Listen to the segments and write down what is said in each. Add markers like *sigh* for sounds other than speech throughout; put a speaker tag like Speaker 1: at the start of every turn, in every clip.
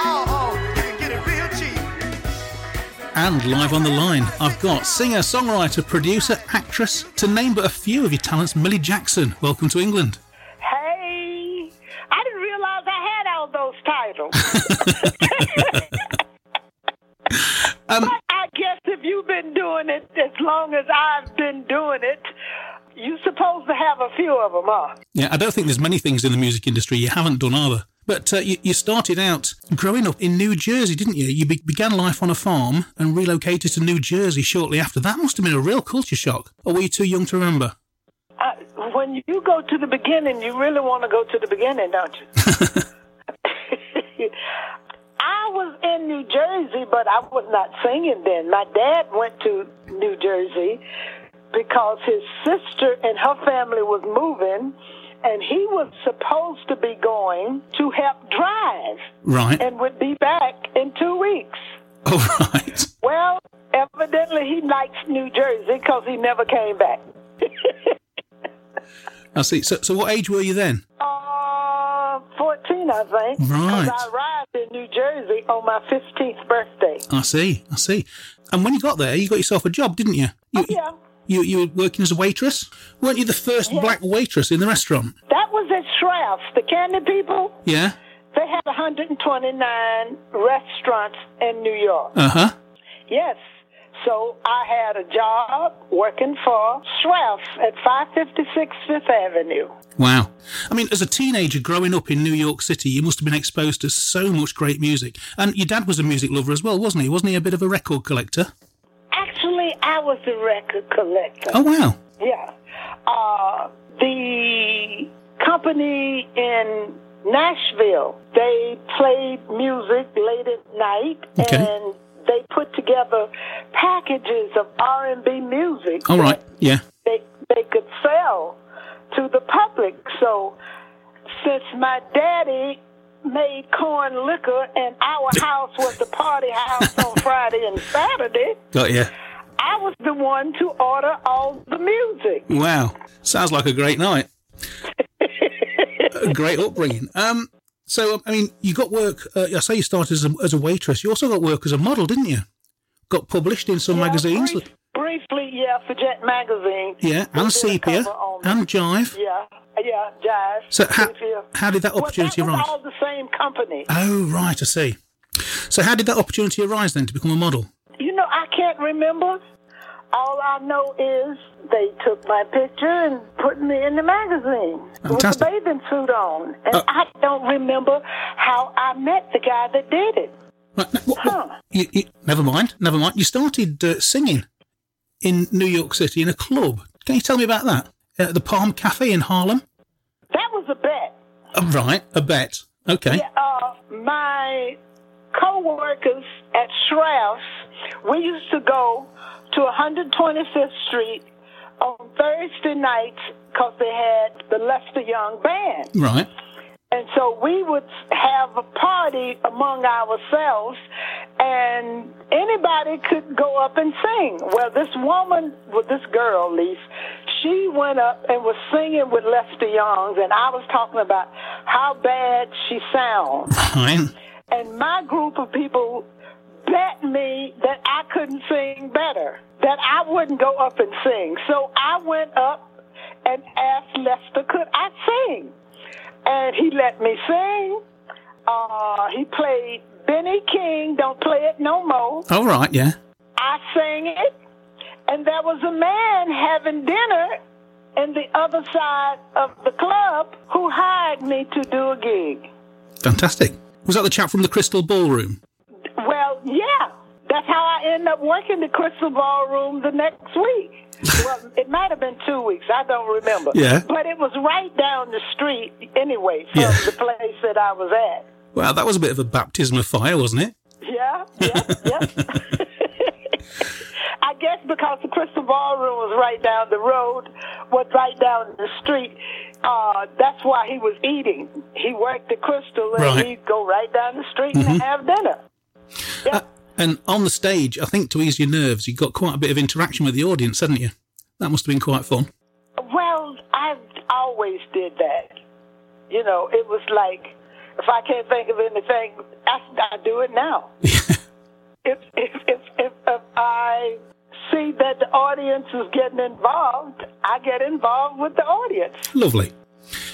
Speaker 1: Oh,
Speaker 2: and live on the line. I've got singer, songwriter, producer, actress, to name but a few of your talents, Millie Jackson. Welcome to England.
Speaker 3: Hey, I didn't realize I had all those titles.
Speaker 2: Um,
Speaker 3: but I guess if you've been doing it as long as I've been doing it, you're supposed to have a few of them, huh?
Speaker 2: yeah, I don't think there's many things in the music industry you haven't done either. But uh, you, you started out growing up in New Jersey, didn't you? You be- began life on a farm and relocated to New Jersey shortly after. That must have been a real culture shock. Or were you too young to remember?
Speaker 3: I, when you go to the beginning, you really want to go to the beginning, don't you? I was in New Jersey, but I was not singing then. My dad went to New Jersey because his sister and her family was moving, and he was supposed to be going to help drive
Speaker 2: Right. *laughs*
Speaker 3: and would be back in two weeks.
Speaker 2: oh, right.
Speaker 3: Well, evidently he likes New Jersey because he never came back.
Speaker 2: I see. So, so what age were you then?
Speaker 3: Uh, 14, I think. 'cause
Speaker 2: Right.
Speaker 3: I arrived in New Jersey on my 15th birthday.
Speaker 2: I see. I see. And when you got there, you got yourself a job, didn't you? You,
Speaker 3: Oh, Yeah.
Speaker 2: you, you were working as a waitress? Weren't you the first black waitress in the restaurant?
Speaker 3: That was at Shrouds. The candy people,
Speaker 2: Yeah.
Speaker 3: they had 129 restaurants in New York.
Speaker 2: Uh huh.
Speaker 3: Yes. So I had a job working for Shrouds at 556 Fifth Avenue.
Speaker 2: Wow. I mean, as a teenager growing up in New York City, you must have been exposed to so much great music. And your dad was a music lover as well, wasn't he? Wasn't he a bit of a record collector?
Speaker 3: Actually, I was a record collector.
Speaker 2: Oh, wow.
Speaker 3: Yeah. Uh, the company in Nashville, they played music late at night
Speaker 2: Okay.
Speaker 3: and they put together packages of R&B music
Speaker 2: All right. Yeah.
Speaker 3: that they, they could sell to the public. So since my daddy made corn liquor and our house was the party house on Friday and Saturday,
Speaker 2: Got you.
Speaker 3: I was the one to order all the music.
Speaker 2: Wow. Sounds like a great night. a great upbringing. Um, so, I mean, you got work. Uh, I say you started as a, as a waitress. You also got work as a model, didn't you? Got published in some
Speaker 3: Yeah,
Speaker 2: magazines.
Speaker 3: brief- briefly, yeah, for Jet Magazine.
Speaker 2: Yeah,
Speaker 3: We did a
Speaker 2: and Sepia,
Speaker 3: cover on-
Speaker 2: and Jive.
Speaker 3: yeah, yeah, Jive.
Speaker 2: So, how,
Speaker 3: Sepia.
Speaker 2: how did that opportunity
Speaker 3: well, that was
Speaker 2: arise?
Speaker 3: all the same company.
Speaker 2: Oh, right, I see. So, how did that opportunity arise then to become a model?
Speaker 3: You know, I can't remember. All I know is they took my picture and put me in the magazine with a
Speaker 2: Fantastic.
Speaker 3: bathing suit on, and
Speaker 2: Uh,
Speaker 3: I don't remember how I met the guy that did it.
Speaker 2: Right, n- what- what-
Speaker 3: Huh.
Speaker 2: you, you- never mind, never mind. You started uh, singing in New York City in a club. Can you tell me about that? Uh, the Palm Cafe in Harlem?
Speaker 3: That was a bet.
Speaker 2: Oh, right, a bet. Okay.
Speaker 3: uh, my co-workers at Shrouds, we used to go to 125th Street on Thursday nights because they had the Lester Young Band.
Speaker 2: Right.
Speaker 3: And so we would have a party among ourselves, and anybody could go up and sing. Well, this woman, well, this girl, Leaf, she went up and was singing with Lester Youngs, and I was talking about how bad she sounds.
Speaker 2: Fine.
Speaker 3: And my group of people bet me that I couldn't sing better, that I wouldn't go up and sing. So I went up and asked Lester, could I sing? And he let me sing. Uh, he played Benny King, Don't Play It No More.
Speaker 2: All right, yeah.
Speaker 3: I sang it, and there was a man having dinner in the other side of the club who hired me to do a gig.
Speaker 2: Fantastic. Was that the chap from the Crystal Ballroom?
Speaker 3: Well, yeah. That's how I end up working the Crystal Ballroom the next week.
Speaker 2: *laughs*
Speaker 3: well, it might have been two weeks. I don't remember.
Speaker 2: Yeah.
Speaker 3: But it was right down the street anyway from
Speaker 2: Yeah.
Speaker 3: the place that I was at.
Speaker 2: Wow, that was a bit of a baptism of fire, wasn't it?
Speaker 3: Yeah, yeah, yeah.
Speaker 2: *laughs*
Speaker 3: I guess because the Crystal Ballroom was right down the road, was right down the street. Uh, that's why he was eating. He worked the Crystal and
Speaker 2: Right. Mm-hmm.
Speaker 3: he'd go right down the street and have dinner. Yeah.
Speaker 2: And on the stage, I think to ease your nerves, you got quite a bit of interaction with the audience, hadn't you? That must have been quite fun. *laughs*
Speaker 3: Well, I always did that. You know, it was like if I can't think of anything, I, I do it now. if, if if if a I see that the audience is getting involved, I get involved with the audience.
Speaker 2: Lovely.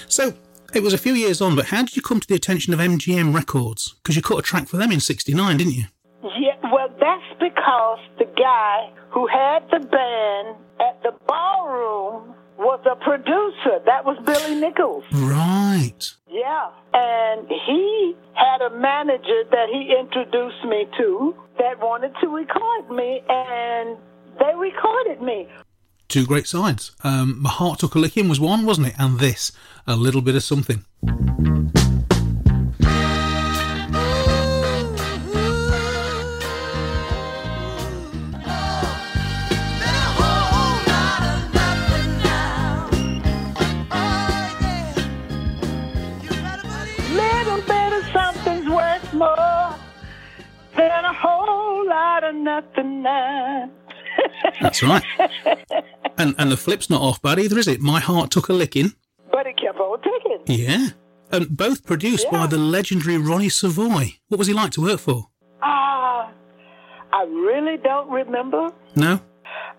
Speaker 2: So it was a few years on, but how did you come to the attention of MGM Records? Because you cut a track for them in '69, didn't you?
Speaker 3: Yeah, well, that's because the guy who had the band at the ballroom was a producer. That was Billy Nichols.
Speaker 2: Right.
Speaker 3: Yeah. And he had a manager that he introduced me to that wanted to record me, and they recorded me.
Speaker 2: Two great sides. Um, My Heart Took a Licking was one, wasn't it? And this, A Little Bit of Something.
Speaker 3: Little bit of something's worth more than a whole lot of nothing now. *laughs*
Speaker 2: That's right. and and the flip's not off bad either, is it? My Heart Took a Licking.
Speaker 3: but it kept on ticking.
Speaker 2: Yeah. And both produced by
Speaker 3: Yeah.
Speaker 2: the legendary Ronnie Savoy. What was he like to work for?
Speaker 3: Ah, I really don't remember.
Speaker 2: No?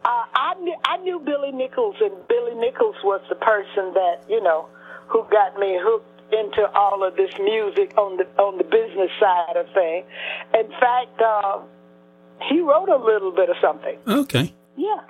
Speaker 3: Uh, I knew, I knew Billy Nichols, and Billy Nichols was the person that you know who got me hooked into all of this music on the on the business side of things. In fact, uh, he wrote a little bit of something.
Speaker 2: Okay.
Speaker 3: Yeah,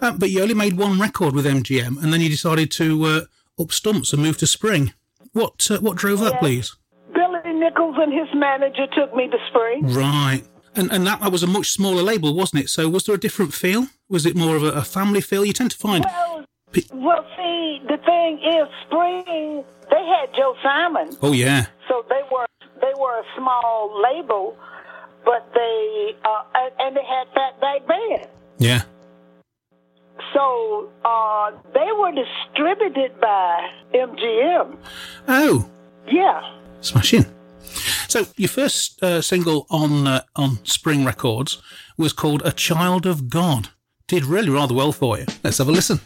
Speaker 2: Uh, but you only made one record with MGM, and then you decided to uh, up stumps and move to Spring. What uh, what drove that,
Speaker 3: Yeah.
Speaker 2: please?
Speaker 3: Billy Nichols and his manager took me to Spring.
Speaker 2: Right. And and that, that was a much smaller label, wasn't it? So was there a different feel? Was it more of a, a family feel? You tend to find.
Speaker 3: Well,
Speaker 2: Pe-
Speaker 3: well, see, the thing is, Spring they had Joe Simon.
Speaker 2: oh yeah.
Speaker 3: So they were they were a small label, but they uh, and- and they had Fat Back Band.
Speaker 2: Yeah.
Speaker 3: So uh, they were distributed by MGM.
Speaker 2: Oh,
Speaker 3: Yeah,
Speaker 2: smashing. So your first uh, single on uh, on Spring Records was called "A Child of God." Did really rather well for you. Let's have a listen.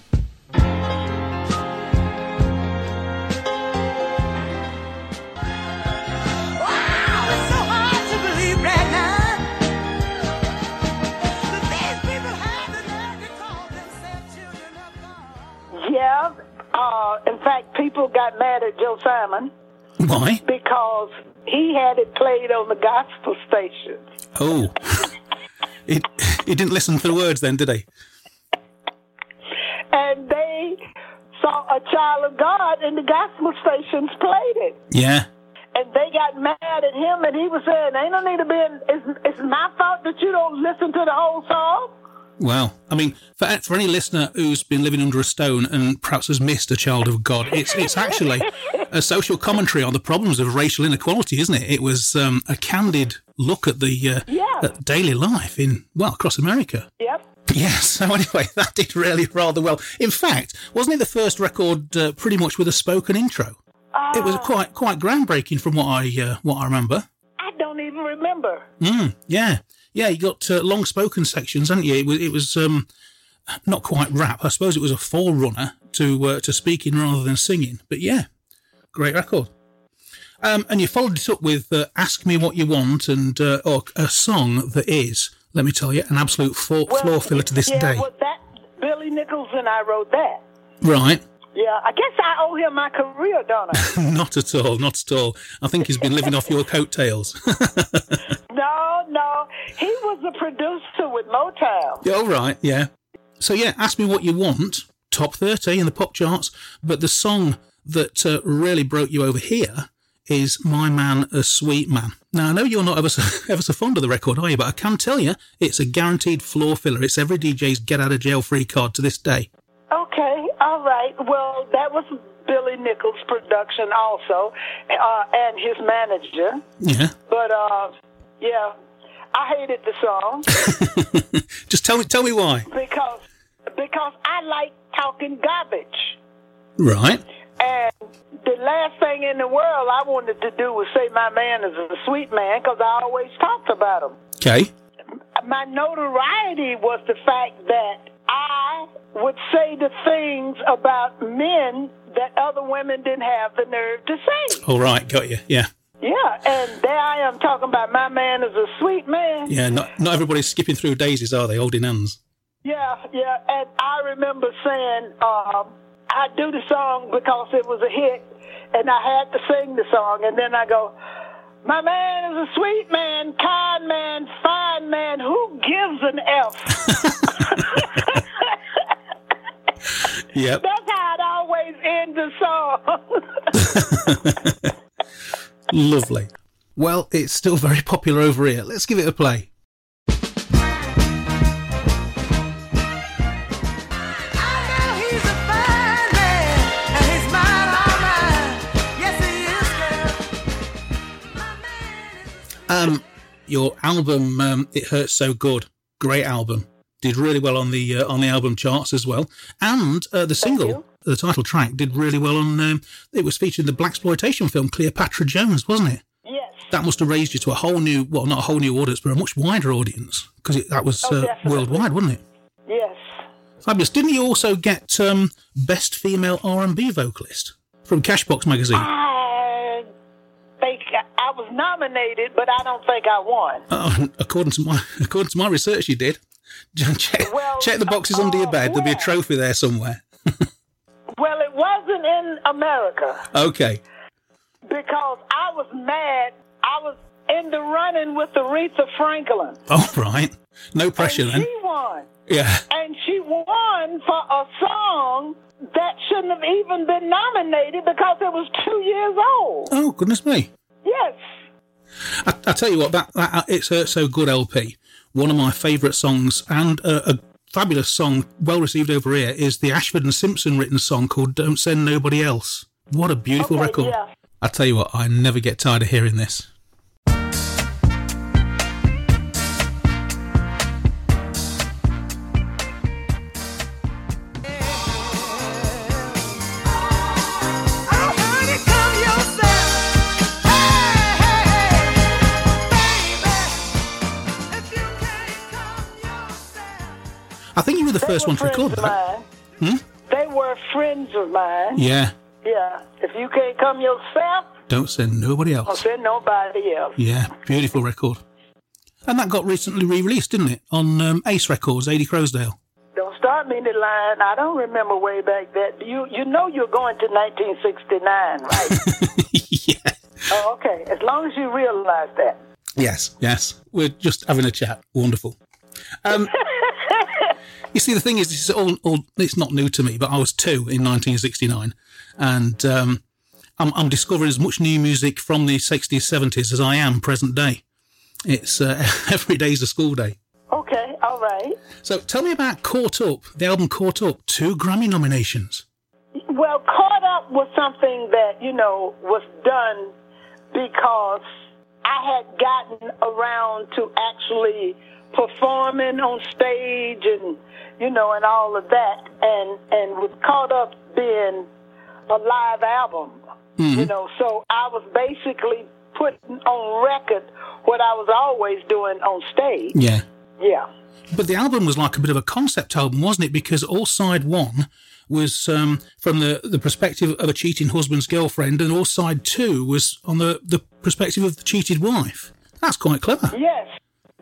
Speaker 3: yeah. Uh, in fact, people got mad at Joe Simon
Speaker 2: Why?
Speaker 3: because he had it played on the gospel station.
Speaker 2: Oh, it it didn't listen for the words then, did he?
Speaker 3: and they saw a child of God and the gospel stations played it.
Speaker 2: Yeah.
Speaker 3: And they got mad at him and he was saying, Ain't no need to be in, it's, it's my fault that you don't listen to the whole song.
Speaker 2: Well, I mean, for for any listener who's been living under a stone and perhaps has missed a child of God, it's it's actually a social commentary on the problems of racial inequality, isn't it? It was um, a candid look at the uh,
Speaker 3: Yeah.
Speaker 2: at daily life in well across America.
Speaker 3: Yep.
Speaker 2: Yes. So anyway, *laughs* that did really rather well. In fact, wasn't it the first record uh, pretty much with a spoken intro? it was quite quite groundbreaking from what I uh, what I remember.
Speaker 3: I don't even remember.
Speaker 2: Mm, yeah, yeah. You got uh, long spoken sections, hadn't you? It was it was um, not quite rap. I suppose it was a forerunner to uh, to speaking rather than singing. But yeah, great record. Um, and you followed it up with uh, "Ask Me What You Want" and uh, or a song that is, let me tell you, an absolute floor, floor filler to this
Speaker 3: yeah,
Speaker 2: day.
Speaker 3: Well, that, Billy Nichols and I wrote that.
Speaker 2: Right? *laughs*
Speaker 3: Yeah, I guess I owe him my career, don't I?
Speaker 2: not at all. Not at all. I think he's been living off your coattails.
Speaker 3: no, no. He was a producer with Motown.
Speaker 2: Yeah, all right, yeah. So yeah, ask me what you want. Top thirty in the pop charts, but the song that uh, really broke you over here is "My Man, a Sweet Man." Now I know you're not ever so, *laughs* ever so fond of the record, are you? But I can tell you, it's a guaranteed floor filler. It's every DJ's get out of jail free card to this day.
Speaker 3: Okay, all right. Well, that was Billy Nichols' production also, uh, and his manager.
Speaker 2: Yeah.
Speaker 3: But uh, yeah, I hated the song
Speaker 2: *laughs* Just tell me tell me why.
Speaker 3: because because I like talking garbage.
Speaker 2: Right.
Speaker 3: And the last thing in the world I wanted to do was say my man is a sweet man because I always talked about him.
Speaker 2: Okay.
Speaker 3: my notoriety was the fact that I would say the things about men that other women didn't have the nerve to say.
Speaker 2: All right. Got you. Yeah.
Speaker 3: Yeah, Yeah, and there I am talking about my man is a sweet man.
Speaker 2: Yeah, not, not everybody's skipping through daisies, are they? Holding hands.
Speaker 3: Yeah, yeah. And I remember saying, um, I do the song because it was a hit, and I had to sing the song. And then I go, My man is a sweet man, kind man, fine man. Who gives an F?
Speaker 2: Yep.
Speaker 3: *laughs* That's how it always ends the song. *laughs*
Speaker 2: Lovely. Well, it's still very popular over here. Let's give it a play.
Speaker 1: I know he's a fine man, and he's mine, all mine. Yes, he is, girl. My man is a
Speaker 2: Um, your album, um, "It Hurts So Good," great album. Did really well on the uh, on the album charts as well, and uh, the single, the title track, did really well on. Um, it was featured in the black exploitation film Cleopatra Jones, wasn't it?
Speaker 3: yes.
Speaker 2: That must have raised you to a whole new, well, not a whole new audience, but a much wider audience because that was
Speaker 3: Oh,
Speaker 2: uh,
Speaker 3: definitely.
Speaker 2: worldwide, wasn't it?
Speaker 3: Yes.
Speaker 2: Fabulous. Didn't you also get um, best female R and B vocalist from Cashbox magazine?
Speaker 3: I think I- I was nominated, but I don't think I won.
Speaker 2: Oh, *laughs* according to my *laughs* according to my research, you did. *laughs* Check,
Speaker 3: Well,
Speaker 2: check the boxes under your
Speaker 3: uh,
Speaker 2: bed. There'll be a
Speaker 3: yeah.
Speaker 2: trophy there somewhere.
Speaker 3: Well, it wasn't in America
Speaker 2: Okay. *laughs*
Speaker 3: because I was mad. I was in the running with Aretha Franklin.
Speaker 2: All right. No pressure
Speaker 3: and
Speaker 2: then.
Speaker 3: she won.
Speaker 2: Yeah.
Speaker 3: And she won for a song that shouldn't have even been nominated because it was two years old.
Speaker 2: Oh goodness me.
Speaker 3: Yes.
Speaker 2: I, I tell you what, that, that uh, it's Hurt so good LP. One of my favourite songs and uh, a fabulous song, well received over here, is the Ashford and Simpson written song called "Don't Send Nobody Else." What a beautiful
Speaker 3: Okay,
Speaker 2: record.
Speaker 3: yeah.
Speaker 2: I tell you what, I never get tired of hearing this.
Speaker 1: Oh, honey, come yourself. Hey, hey, hey, baby. If you can't come yourself.
Speaker 2: I think you were the
Speaker 3: They
Speaker 2: first
Speaker 3: were
Speaker 2: one to record Hmm?
Speaker 3: friends of
Speaker 2: that.
Speaker 3: mine. They were friends of mine.
Speaker 2: Yeah.
Speaker 3: Yeah. If you can't come yourself,
Speaker 2: Don't send nobody
Speaker 3: I'll
Speaker 2: else.
Speaker 3: send nobody else.
Speaker 2: Yeah, beautiful record. And that got recently re released, didn't it? On um, Ace Records, Ady Crosdale.
Speaker 3: Don't start me in the line. I don't remember way back that. You you know you're going to 1969, right?
Speaker 2: yeah.
Speaker 3: oh, okay. As long as you realize that.
Speaker 2: Yes. Yes. We're just having a chat. Wonderful. *laughs* Um, you see, the thing is, this is all, all, it's not new to me, but I was two in 1969. And um, I'm, I'm discovering as much new music from the 60s, 70s as I am present day. It's uh, *laughs* every day's a school day.
Speaker 3: Okay. All right.
Speaker 2: So tell me about Caught Up, the album Caught Up, two Grammy nominations.
Speaker 3: Well, caught up was something that you know was done because I had gotten around to actually performing on stage and you know and all of that, and and was caught up being a live album, you know. So I was basically putting on record what I was always doing on stage.
Speaker 2: Yeah.
Speaker 3: Yeah.
Speaker 2: But the album was like a bit of a concept album, wasn't it? Because all side one was um, from the, the perspective of a cheating husband's girlfriend, and all side two was on the, the perspective of the cheated wife. That's quite clever.
Speaker 3: Yes.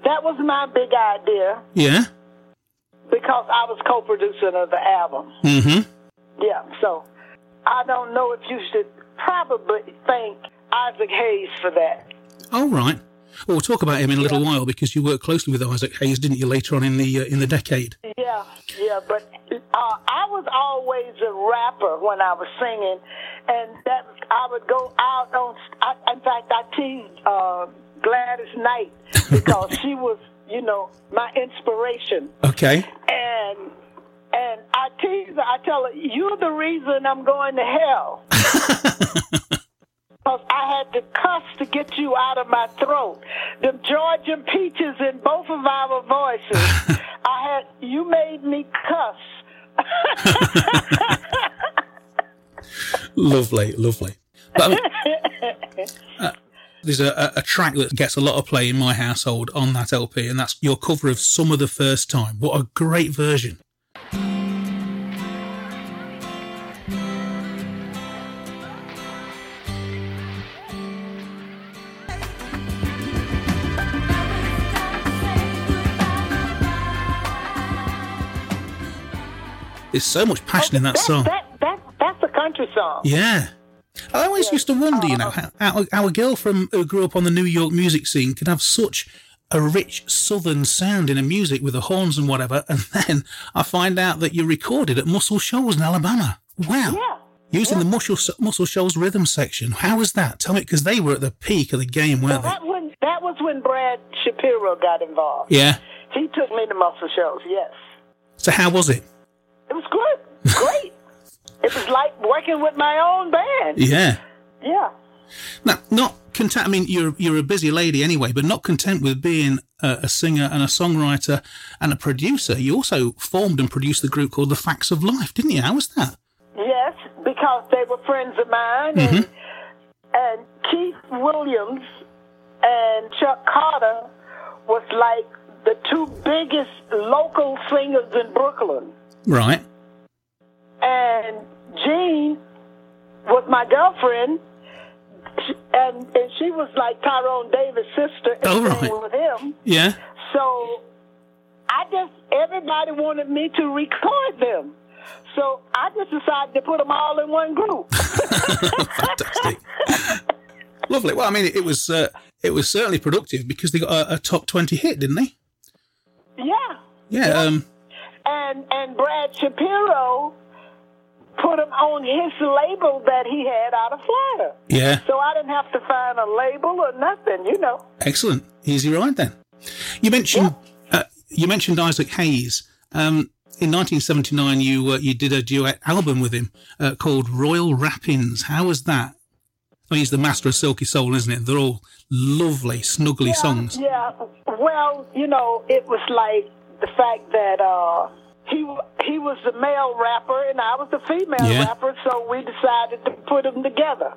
Speaker 3: That was my big idea.
Speaker 2: Yeah.
Speaker 3: because I was co-producing of the album.
Speaker 2: Mm hmm.
Speaker 3: Yeah, so I don't know if you should probably thank Isaac Hayes for that.
Speaker 2: All right. Well, we'll talk about him in a little while because you worked closely with Isaac Hayes, didn't you, later on in the uh, in the decade?
Speaker 3: Yeah, yeah, but uh, I was always a rapper when I was singing, and that I would go out on. I, in fact, I teased uh, Gladys Knight because she was, you know, my inspiration.
Speaker 2: Okay.
Speaker 3: and and I tease her. I tell her, "You're the reason I'm going
Speaker 2: *laughs*
Speaker 3: to hell." Because I had to cuss to get you out of my throat. The Georgian peaches in both of our
Speaker 2: *laughs*
Speaker 3: voices. I had you made me cuss.
Speaker 2: Lovely, lovely. But I mean, uh, there's a, a a track that gets a lot of play in my household on that LP, and that's your cover of "Summer the First Time." What a great version!
Speaker 1: Hey,
Speaker 2: There's so much passion in that song.
Speaker 3: That, that, that's a country song.
Speaker 2: Yeah. I always used to wonder,
Speaker 3: Uh,
Speaker 2: you know, how, how our girl from who grew up on the New York music scene could have such a rich southern sound in her music with the horns and whatever, *laughs* and then I find out that you recorded at Muscle Shoals in Alabama. Wow.
Speaker 3: Yeah.
Speaker 2: Using the Muscle, Muscle Shoals rhythm section. How was that? Tell me, because they were at the peak of the game, weren't they?
Speaker 3: That when that was when Brad Shapiro got involved.
Speaker 2: Yeah.
Speaker 3: He took me to muscle shows. Yes,
Speaker 2: So how was it?
Speaker 3: it was
Speaker 2: *laughs*
Speaker 3: good. Great. it was like working with my own band.
Speaker 2: Yeah.
Speaker 3: Yeah.
Speaker 2: Now, not content. I mean, you're you're a busy lady anyway, but not content with being a, a singer and a songwriter and a producer. You also formed and produced the group called the Facts of Life, didn't you? How was that?
Speaker 3: Yes, because they were friends of mine, and, and Keith Williams and Chuck Carter was like the two biggest local singers in Brooklyn,
Speaker 2: Right.
Speaker 3: and Jean was my girlfriend, sh- and and she was like Tyrone Davis' sister, and
Speaker 2: Oh,
Speaker 3: sang
Speaker 2: right.
Speaker 3: with him.
Speaker 2: Yeah.
Speaker 3: So I just everybody wanted me to record them. So I just decided to put them all in one group.
Speaker 2: Fantastic. *laughs* Lovely. Well, I mean, it was uh, it was certainly productive because they got a, a top twenty hit, didn't they?
Speaker 3: yeah.
Speaker 2: Yeah. Um,
Speaker 3: And and Brad Shapiro put them on his label that he had out of Florida.
Speaker 2: yeah.
Speaker 3: So I didn't have to find a label or nothing, you know.
Speaker 2: Excellent. Easy ride then. You mentioned uh, you mentioned Isaac Hayes. Um, in 1979, you uh, you did a duet album with him uh, called Royal Rappings. How was that? I mean, he's the master of Silky Soul, isn't it? They're all lovely, snuggly songs.
Speaker 3: Yeah. Well, you know, it was like the fact that uh, he he was the male rapper and I was the female
Speaker 2: Yeah.
Speaker 3: rapper, so we decided to put them together.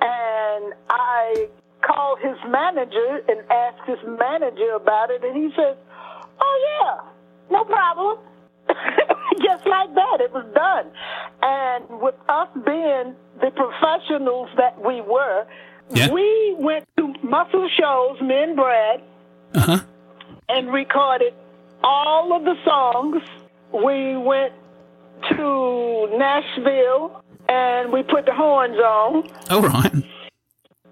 Speaker 3: And I called his manager and asked his manager about it, and he said, "Oh yeah, no problem." *laughs* Just like that, it was done. And with us being the professionals that we were,
Speaker 2: Yeah.
Speaker 3: we went to muscle shows, me and Brad,
Speaker 2: Uh huh.
Speaker 3: and recorded all of the songs. We went to Nashville and we put the horns on.
Speaker 2: All Oh, right.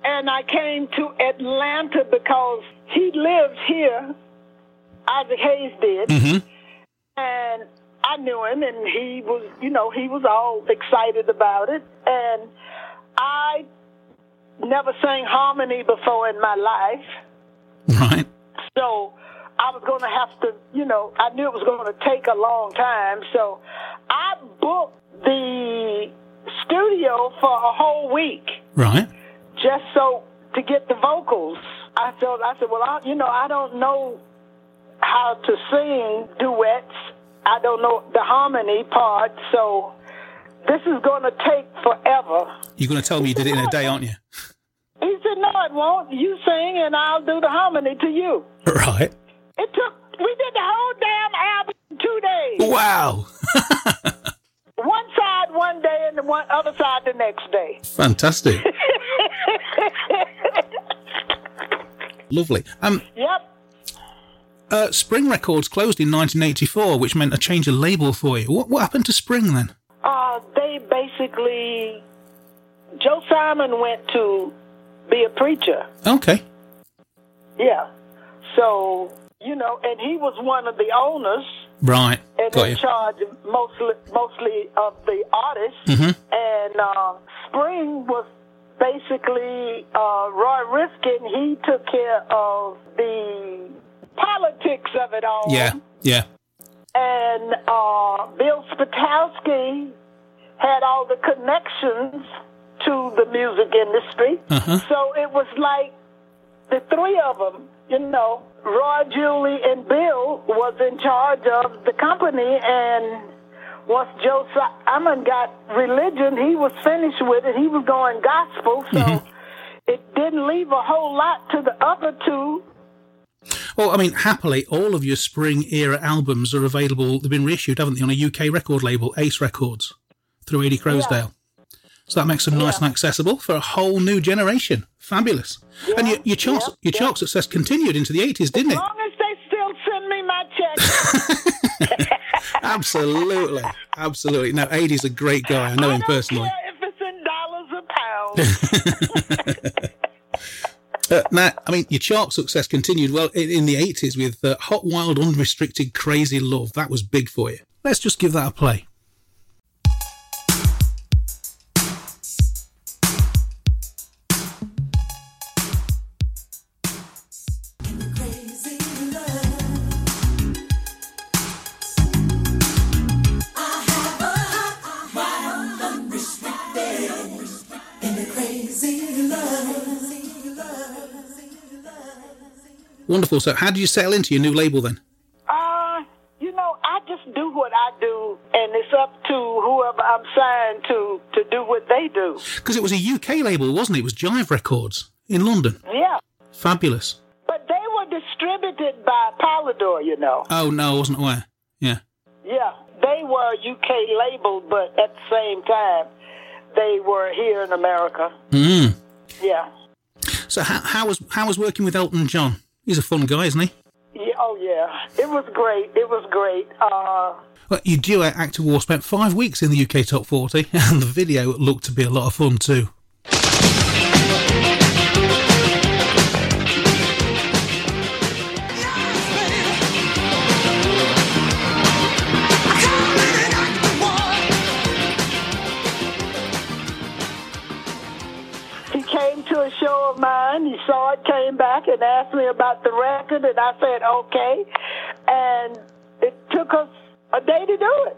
Speaker 3: And I came to Atlanta because he lives here, Isaac Hayes did.
Speaker 2: Mm-hmm.
Speaker 3: And I knew him, and he was, you know, he was all excited about it. And I never sang harmony before in my life.
Speaker 2: Right.
Speaker 3: So I was going to have to, you know, I knew it was going to take a long time. So I booked the studio for a whole week
Speaker 2: Right.
Speaker 3: just so to get the vocals. I felt, I said, well, I, you know, I don't know how to sing duets. I don't know the harmony part. So this is going to take forever.
Speaker 2: You're going to tell me you did it in a day, aren't you? *laughs*
Speaker 3: He said, no, it won't. You sing and I'll do the harmony to you.
Speaker 2: Right.
Speaker 3: It took. We did the whole damn album in two days.
Speaker 2: Wow.
Speaker 3: One side one day, and the one other side the next day.
Speaker 2: Fantastic. Lovely. Um,
Speaker 3: Yep.
Speaker 2: uh, Spring Records closed in 1984, which meant a change of label for you. What, what happened to Spring then?
Speaker 3: Uh, they basically. Joe Simon went to be a preacher.
Speaker 2: Okay.
Speaker 3: Yeah. So you know, and he was one of the owners
Speaker 2: Right.
Speaker 3: and
Speaker 2: Got
Speaker 3: in
Speaker 2: you.
Speaker 3: charge mostly mostly of the artists. And uh, Spring was basically uh, Roy Rifkin. He took care of the politics of it all.
Speaker 2: Yeah. Yeah.
Speaker 3: And uh, Bill Spatowski had all the connections to the music industry. So it was like the three of them, you know, Roy, Julie, and Bill was in charge of the company. And once Joe Simon got religion, he was finished with it. He was going gospel. So it didn't leave a whole lot to the other two.
Speaker 2: Well, I mean, happily, all of your spring era albums are available. They've been reissued, haven't they, on a UK record label, Ace Records, through Eddie Crosdale. So that makes them nice and accessible for a whole new generation. Fabulous. and your, your chart,
Speaker 3: yeah,
Speaker 2: your chart success
Speaker 3: *laughs*
Speaker 2: continued into the 80s, didn't
Speaker 3: As
Speaker 2: it?
Speaker 3: long as they still send me my check.
Speaker 2: Absolutely. Absolutely. No, Adie's a great guy. I know
Speaker 3: I
Speaker 2: him
Speaker 3: don't
Speaker 2: personally.
Speaker 3: care if it's in dollars or pounds.
Speaker 2: Uh, now, I mean, your chart success continued well in, in the 80s with uh, Hot Wild Unrestricted Crazy Love. That was big for you. Let's just give that a play.
Speaker 4: Crazy love. I have a hot, wild, unrestricted, and a crazy love.
Speaker 2: Wonderful. So, how did you settle into your new label then?
Speaker 3: Uh, you know, I just do what I do, and it's up to whoever I'm signed to to do what they do.
Speaker 2: Because it was a UK label, wasn't it? It was Jive Records in London.
Speaker 3: Yeah.
Speaker 2: Fabulous.
Speaker 3: But they were distributed by Polydor, you know.
Speaker 2: Oh, no, I wasn't aware. Yeah.
Speaker 3: Yeah. They were UK label, but at the same time, they were here in America.
Speaker 2: Mm.
Speaker 3: Yeah.
Speaker 2: So, how, how, was, how was working with Elton John? He's a fun guy, isn't he?
Speaker 3: yeah. Oh, yeah. It was great. It was great. Uh,
Speaker 2: Well, your duet Act of War spent five weeks in the UK top 40, *laughs* and the video looked to be a lot of fun too.
Speaker 3: he came to a show of mine. He saw it, came back, and asked me about the record, and I said, okay. And it took us a day to do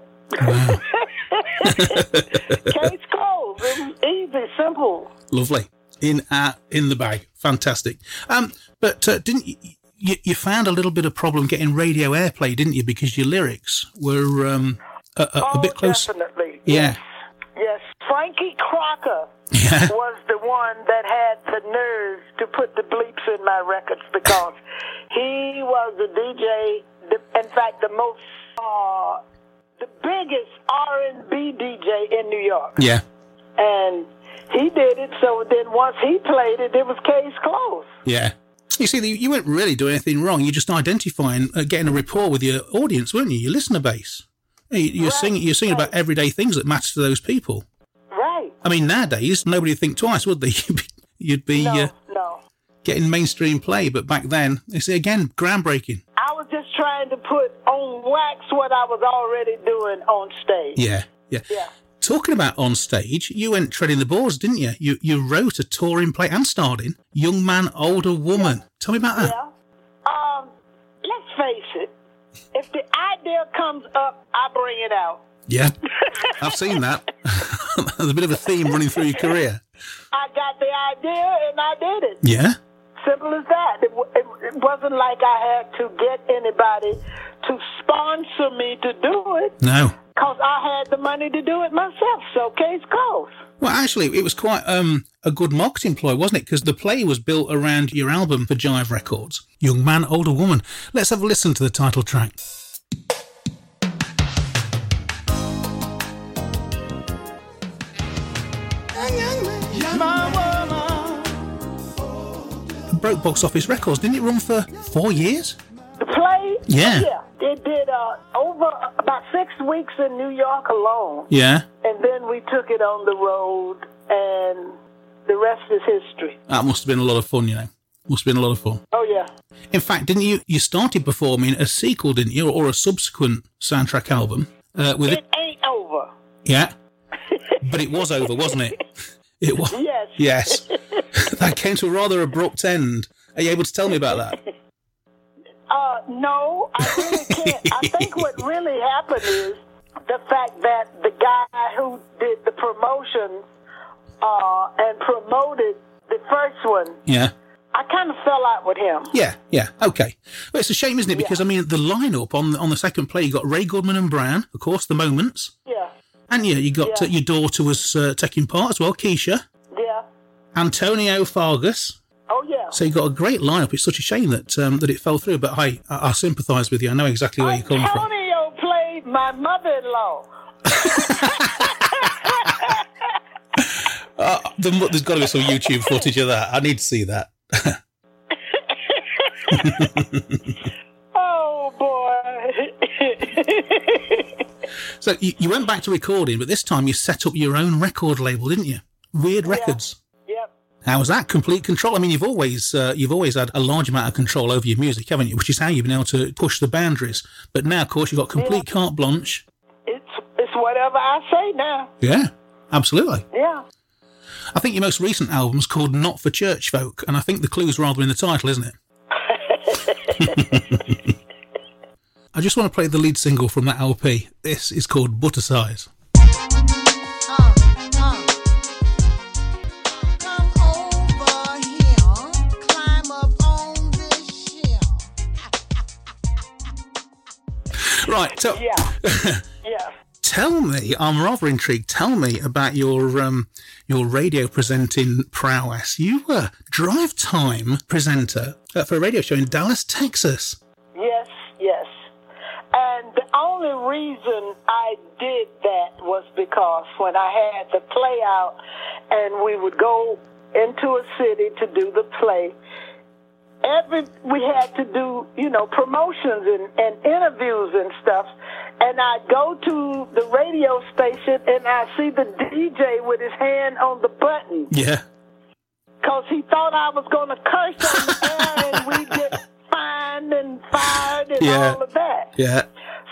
Speaker 2: *laughs*
Speaker 3: it. *laughs* Case closed. It was easy, simple.
Speaker 2: Lovely. In uh, in the bag. Fantastic. Um, but uh, didn't you, you, you found a little bit of problem getting radio airplay, didn't you? Because your lyrics were um, a, a, a
Speaker 3: oh,
Speaker 2: bit close.
Speaker 3: definitely.
Speaker 2: Yeah.
Speaker 3: Yes, Frankie Crocker
Speaker 2: Yeah.
Speaker 3: was the one that had the nerve to put the bleeps in my records because he was the DJ, the, in fact, the most, uh, the biggest R&B DJ in New York.
Speaker 2: Yeah.
Speaker 3: And he did it, so then once he played it, it was case closed.
Speaker 2: Yeah. You see, you- you weren't really doing anything wrong. You're just identifying, uh, getting a rapport with your audience, weren't you? Your listener base. You- You're
Speaker 3: Right,
Speaker 2: singing. You're singing about
Speaker 3: right.
Speaker 2: everyday things that matter to those people.
Speaker 3: Right.
Speaker 2: I mean, nowadays nobody would think twice, would they? *laughs* You'd be, you'd be
Speaker 3: No,
Speaker 2: uh,
Speaker 3: no.
Speaker 2: getting mainstream play, but back then, it's again groundbreaking.
Speaker 3: I was just trying to put on wax what I was already doing on stage.
Speaker 2: Yeah, yeah.
Speaker 3: Yeah.
Speaker 2: Talking about on stage, you went treading the boards, didn't you? You you wrote a touring play and starred in Young Man, Older Woman. Tell me about that.
Speaker 3: Yeah. Um, let's face it. If the idea comes up, I bring it out.
Speaker 2: Yeah, I've seen that. *laughs* There's a bit of a theme running through your career.
Speaker 3: I got the idea and I did it.
Speaker 2: Yeah,
Speaker 3: Simple as that. It, w- it, it wasn't like I had to get anybody to sponsor me to do it
Speaker 2: no.
Speaker 3: because I had the money to do it myself. So case closed.
Speaker 2: Well, actually, it was quite um, a good marketing ploy, wasn't it? Because the play was built around your album for Jive Records, Young Man, Older Woman. Let's have a listen to the title track. It broke box office records, didn't it run for four years?
Speaker 3: The play,
Speaker 2: Yeah.
Speaker 3: yeah, it did uh, over about six weeks in New York alone.
Speaker 2: Yeah.
Speaker 3: And then we took it on the road, and the rest is history.
Speaker 2: That must have been a lot of fun, you know. Must have been a lot of fun.
Speaker 3: Oh, yeah.
Speaker 2: In fact, didn't you? You started performing a sequel, didn't you, or a subsequent soundtrack album uh, with
Speaker 3: It
Speaker 2: it?
Speaker 3: ain't over.
Speaker 2: Yeah, but it was over, wasn't it? It was.
Speaker 3: Yes.
Speaker 2: Yes. *laughs* that came to a rather abrupt end. Are you able to tell me about that?
Speaker 3: Uh, no, I
Speaker 2: *laughs*
Speaker 3: really can't. I think what really happened is the fact that the guy who did the promotions uh, and promoted the first one,
Speaker 2: Yeah.
Speaker 3: I kind of fell out with him.
Speaker 2: Yeah. Yeah. Okay. Well, it's a shame, isn't it? Because I mean, the lineup on on the second play, you got Ray Goodman and Brown, of course, the Moments,
Speaker 3: Yeah,
Speaker 2: and yeah, you got
Speaker 3: Yeah.
Speaker 2: uh, your daughter was uh, taking part as well, Keisha,
Speaker 3: yeah.
Speaker 2: Antonio Fargas,
Speaker 3: Oh, yeah.
Speaker 2: So you've got a great lineup. It's such a shame that um, that it fell through. But hey, I, I sympathise with you. I know exactly where you're coming from.
Speaker 3: Antonio played my mother-in-law.
Speaker 2: There mu- There's got to be some YouTube footage of that. I need to see that.
Speaker 3: Oh boy.
Speaker 2: So you, you went back to recording, but this time you set up your own record label, didn't you? Weird Records.
Speaker 3: *laughs* Yep.
Speaker 2: How was that? Complete control. I mean, you've always uh, you've always had a large amount of control over your music, haven't you? Which is how you've been able to push the boundaries. But now, of course, you've got complete carte blanche.
Speaker 3: It's it's whatever I say now.
Speaker 2: Yeah, absolutely.
Speaker 3: Yeah.
Speaker 2: I think your most recent album's called Not for Church Folk, and I think the clue's rather in the title, isn't it? I just want to play the lead single from that LP. This is called Butter Size.
Speaker 1: Uh, uh. Come over here, climb up on this hill.
Speaker 2: Right, so
Speaker 3: Yeah.
Speaker 2: *laughs*
Speaker 3: yeah.
Speaker 2: tell me, I'm rather intrigued. Tell me about your um, your radio presenting prowess. You were drive time presenter uh, for a radio show in Dallas, Texas.
Speaker 3: Yes, yes. And the only reason I did that was because when I had the play out and we would go into a city to do the play, every we had to do, you know, promotions and, and interviews and stuff. And I go to the radio station and I see the DJ with his hand on the button
Speaker 2: Yeah.
Speaker 3: because he thought I was going to curse on the air and we get fined and fired and
Speaker 2: Yeah.
Speaker 3: all of that.
Speaker 2: Yeah.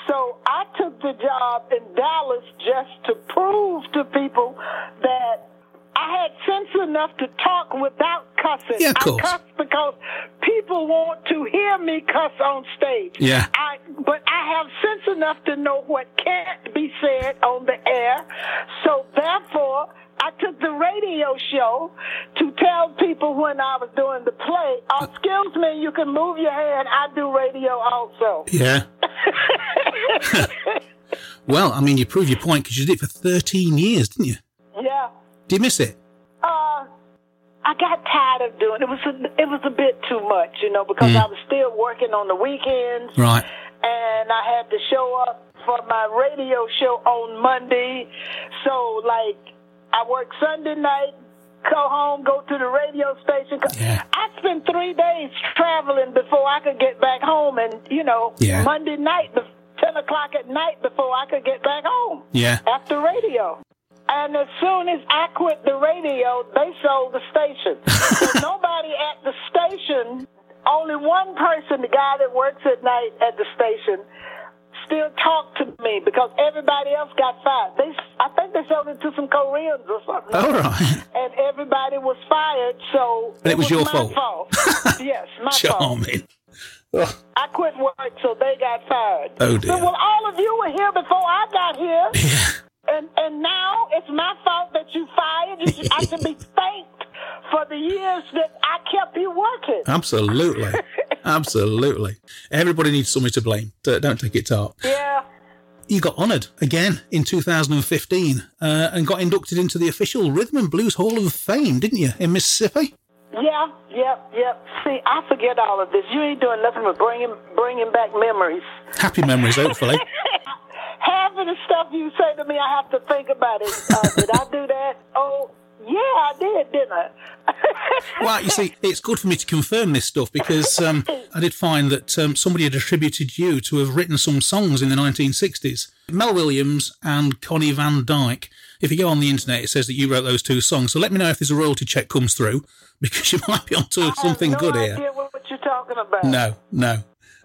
Speaker 3: So I took the job in Dallas just to prove to people that I had sense enough to talk without cussing.
Speaker 2: Yeah, of course.
Speaker 3: I cuss because people want to hear me cuss on stage.
Speaker 2: Yeah.
Speaker 3: I, but I have sense enough to know what can't be said on the air. So therefore, I took the radio show to tell people when I was doing the play, oh, excuse me, you can move your hand. I do radio also.
Speaker 2: Yeah. well, I mean, you prove your point because you did it for 13 years, didn't you?
Speaker 3: Yeah.
Speaker 2: Did you miss it?
Speaker 3: Uh, I got tired of doing it. was a, it was a bit too much, you know, because I was still working on the weekends,
Speaker 2: Right.
Speaker 3: and I had to show up for my radio show on Monday. So like, I worked Sunday night, go home, go to the radio station.
Speaker 2: Yeah.
Speaker 3: I spent three days traveling before I could get back home, and you know,
Speaker 2: Yeah.
Speaker 3: Monday night, bef- ten o'clock at night, before I could get back home
Speaker 2: Yeah.
Speaker 3: after radio. And as soon as I quit the radio, they sold the
Speaker 2: *laughs*
Speaker 3: station. so nobody at the station, only one person, the guy that works at night at the station, still talked to me because everybody else got fired. They, I think they sold it to some Koreans or something.
Speaker 2: All right.
Speaker 3: And everybody was fired, so
Speaker 2: And it was your
Speaker 3: my
Speaker 2: fault. *laughs*
Speaker 3: yes, my fault.
Speaker 2: Charming. Oh,
Speaker 3: I quit work, so they got fired.
Speaker 2: Oh, dear.
Speaker 3: So, well, all of you were here before I got here.
Speaker 2: *laughs* yeah.
Speaker 3: And and now it's my fault that you fired. You should,
Speaker 2: *laughs*
Speaker 3: I should be thanked for the years that I kept you working.
Speaker 2: Uh. Absolutely. Absolutely. Everybody needs somebody to blame. D- Don't take it to heart.
Speaker 3: Yeah.
Speaker 2: You got honoured again in 2015 uh, and got inducted into the official Rhythm and Blues Hall of Fame, didn't you, in Mississippi?
Speaker 3: Yeah, yep, yep. See, I forget all of this. You ain't doing nothing but bringing bringing back memories.
Speaker 2: Happy memories, hopefully.
Speaker 3: Half of the stuff you say to me, I have to think about it.
Speaker 2: *laughs*
Speaker 3: Uh, did I do that? Oh, yeah, I did, didn't I?
Speaker 2: Well, you see, it's good for me to confirm this stuff because um, I did find that um, somebody had attributed you to have written some songs in the 1960s. Mel Williams and Connie Van Dyke. If you go on the internet, it says that you wrote those two songs. So let me know if there's a royalty check comes through *laughs* because you might be onto
Speaker 3: *laughs* I have
Speaker 2: something
Speaker 3: no
Speaker 2: good
Speaker 3: idea
Speaker 2: here.
Speaker 3: What, what you're talking about?
Speaker 2: No, no,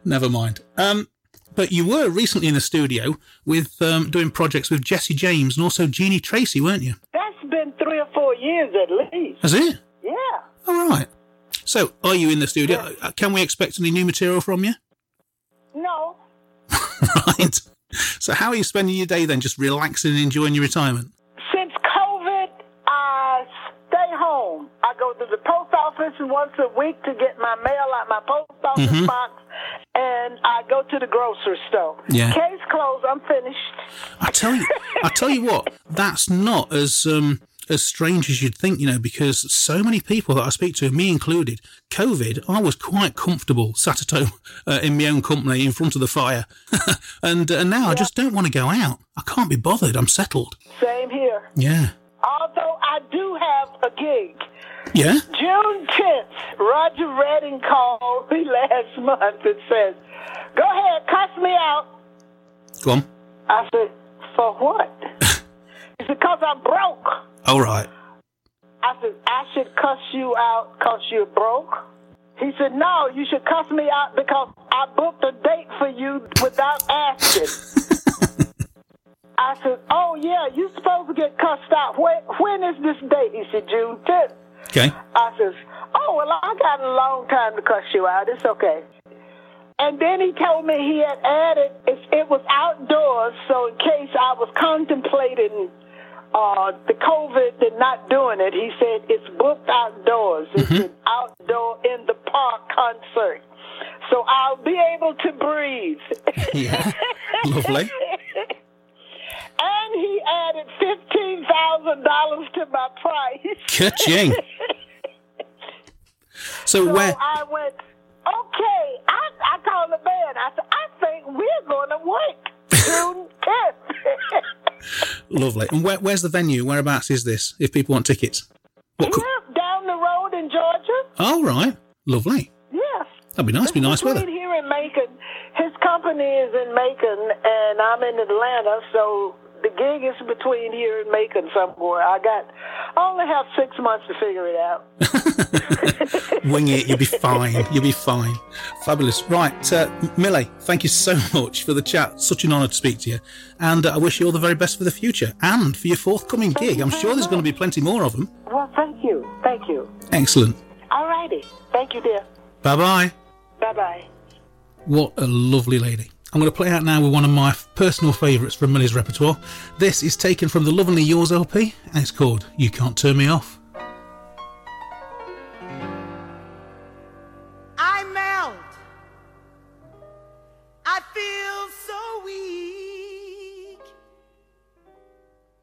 Speaker 2: never mind. Um, but you were recently in the studio with um, doing projects with Jesse James and also Jeannie Tracy, weren't you?
Speaker 3: That's been three or four years at least.
Speaker 2: That's it.
Speaker 3: Yeah.
Speaker 2: All right. So, are you in the studio? Uh Can we expect any new material from you? *laughs*
Speaker 3: No,
Speaker 2: right. So, how are you spending your day then? Just relaxing and enjoying your retirement?
Speaker 3: since COVID, I stay home. I go to the post office once a week to get my mail out my post office box, and I go to the grocery store.
Speaker 2: Yeah.
Speaker 3: Case closed. I'm finished.
Speaker 2: I tell you, I tell you what, that's not as um, as strange as you'd think, you know, because so many people that I speak to, me included, COVID, I was quite comfortable sat at home *laughs* uh, in my own company in front of the fire, *laughs* and uh, now I just don't want to go out. I can't be bothered. I'm settled.
Speaker 3: Same here.
Speaker 2: Yeah,
Speaker 3: Although I do have a gig.
Speaker 2: yeah.
Speaker 3: June 10th, Roger Redding called me *laughs* last month and says, Go ahead, cuss me out.
Speaker 2: Go on.
Speaker 3: I said, For what? it's because I'm broke.
Speaker 2: All right.
Speaker 3: I said, I should cuss you out because you're broke. He said, no, you should cuss me out because I booked a date for you without asking. I said, oh, yeah, you're supposed to get cussed out. When, when is this date? He said, June 10th.
Speaker 2: Okay.
Speaker 3: I says, oh, well, I got a long time to cuss you out. It's okay. And then he told me he had added, it, it was outdoors, so in case I was contemplating uh, the COVID and not doing it, he said, it's booked outdoors. It's an outdoor in the park concert. So I'll be able to breathe. *laughs*
Speaker 2: Yeah. Lovely.
Speaker 3: and he added $15,000 to my price.
Speaker 2: Ka-ching.
Speaker 3: *laughs*
Speaker 2: So,
Speaker 3: So
Speaker 2: where?
Speaker 3: I went, okay. I, I called the man. I said, I think we're going to work
Speaker 2: *laughs*
Speaker 3: June 10th.
Speaker 2: Lovely. And where, where's the venue? Whereabouts is this? If people want tickets. What? Co-
Speaker 3: yeah, down the road in Georgia.
Speaker 2: All right. Lovely.
Speaker 3: Yes.
Speaker 2: That'd be nice. Be nice
Speaker 3: Between
Speaker 2: weather.
Speaker 3: *laughs* here in Macon. His company is in Macon, and I'm in Atlanta, so the gig is between here and Macon somewhere. I got, I only have six months to figure it out.
Speaker 2: *laughs* Wing it. You'll be fine. You'll be fine. Fabulous. Right, uh, Millie. Thank you so *laughs* much for the chat. Such an honour to speak to you, and uh, I wish you all the very best for the future and for your forthcoming gig.
Speaker 3: you
Speaker 2: I'm
Speaker 3: very
Speaker 2: sure there's going to be plenty more of them.
Speaker 3: Well, thank you. Thank you.
Speaker 2: Excellent.
Speaker 3: All righty. Thank you, dear.
Speaker 2: Bye bye.
Speaker 3: Bye bye.
Speaker 2: What a lovely lady. I'm going to play out now with one of my f- personal favourites from Millie's repertoire. This is taken from the Lovingly Yours LP and it's called You Can't Turn Me Off.
Speaker 1: I melt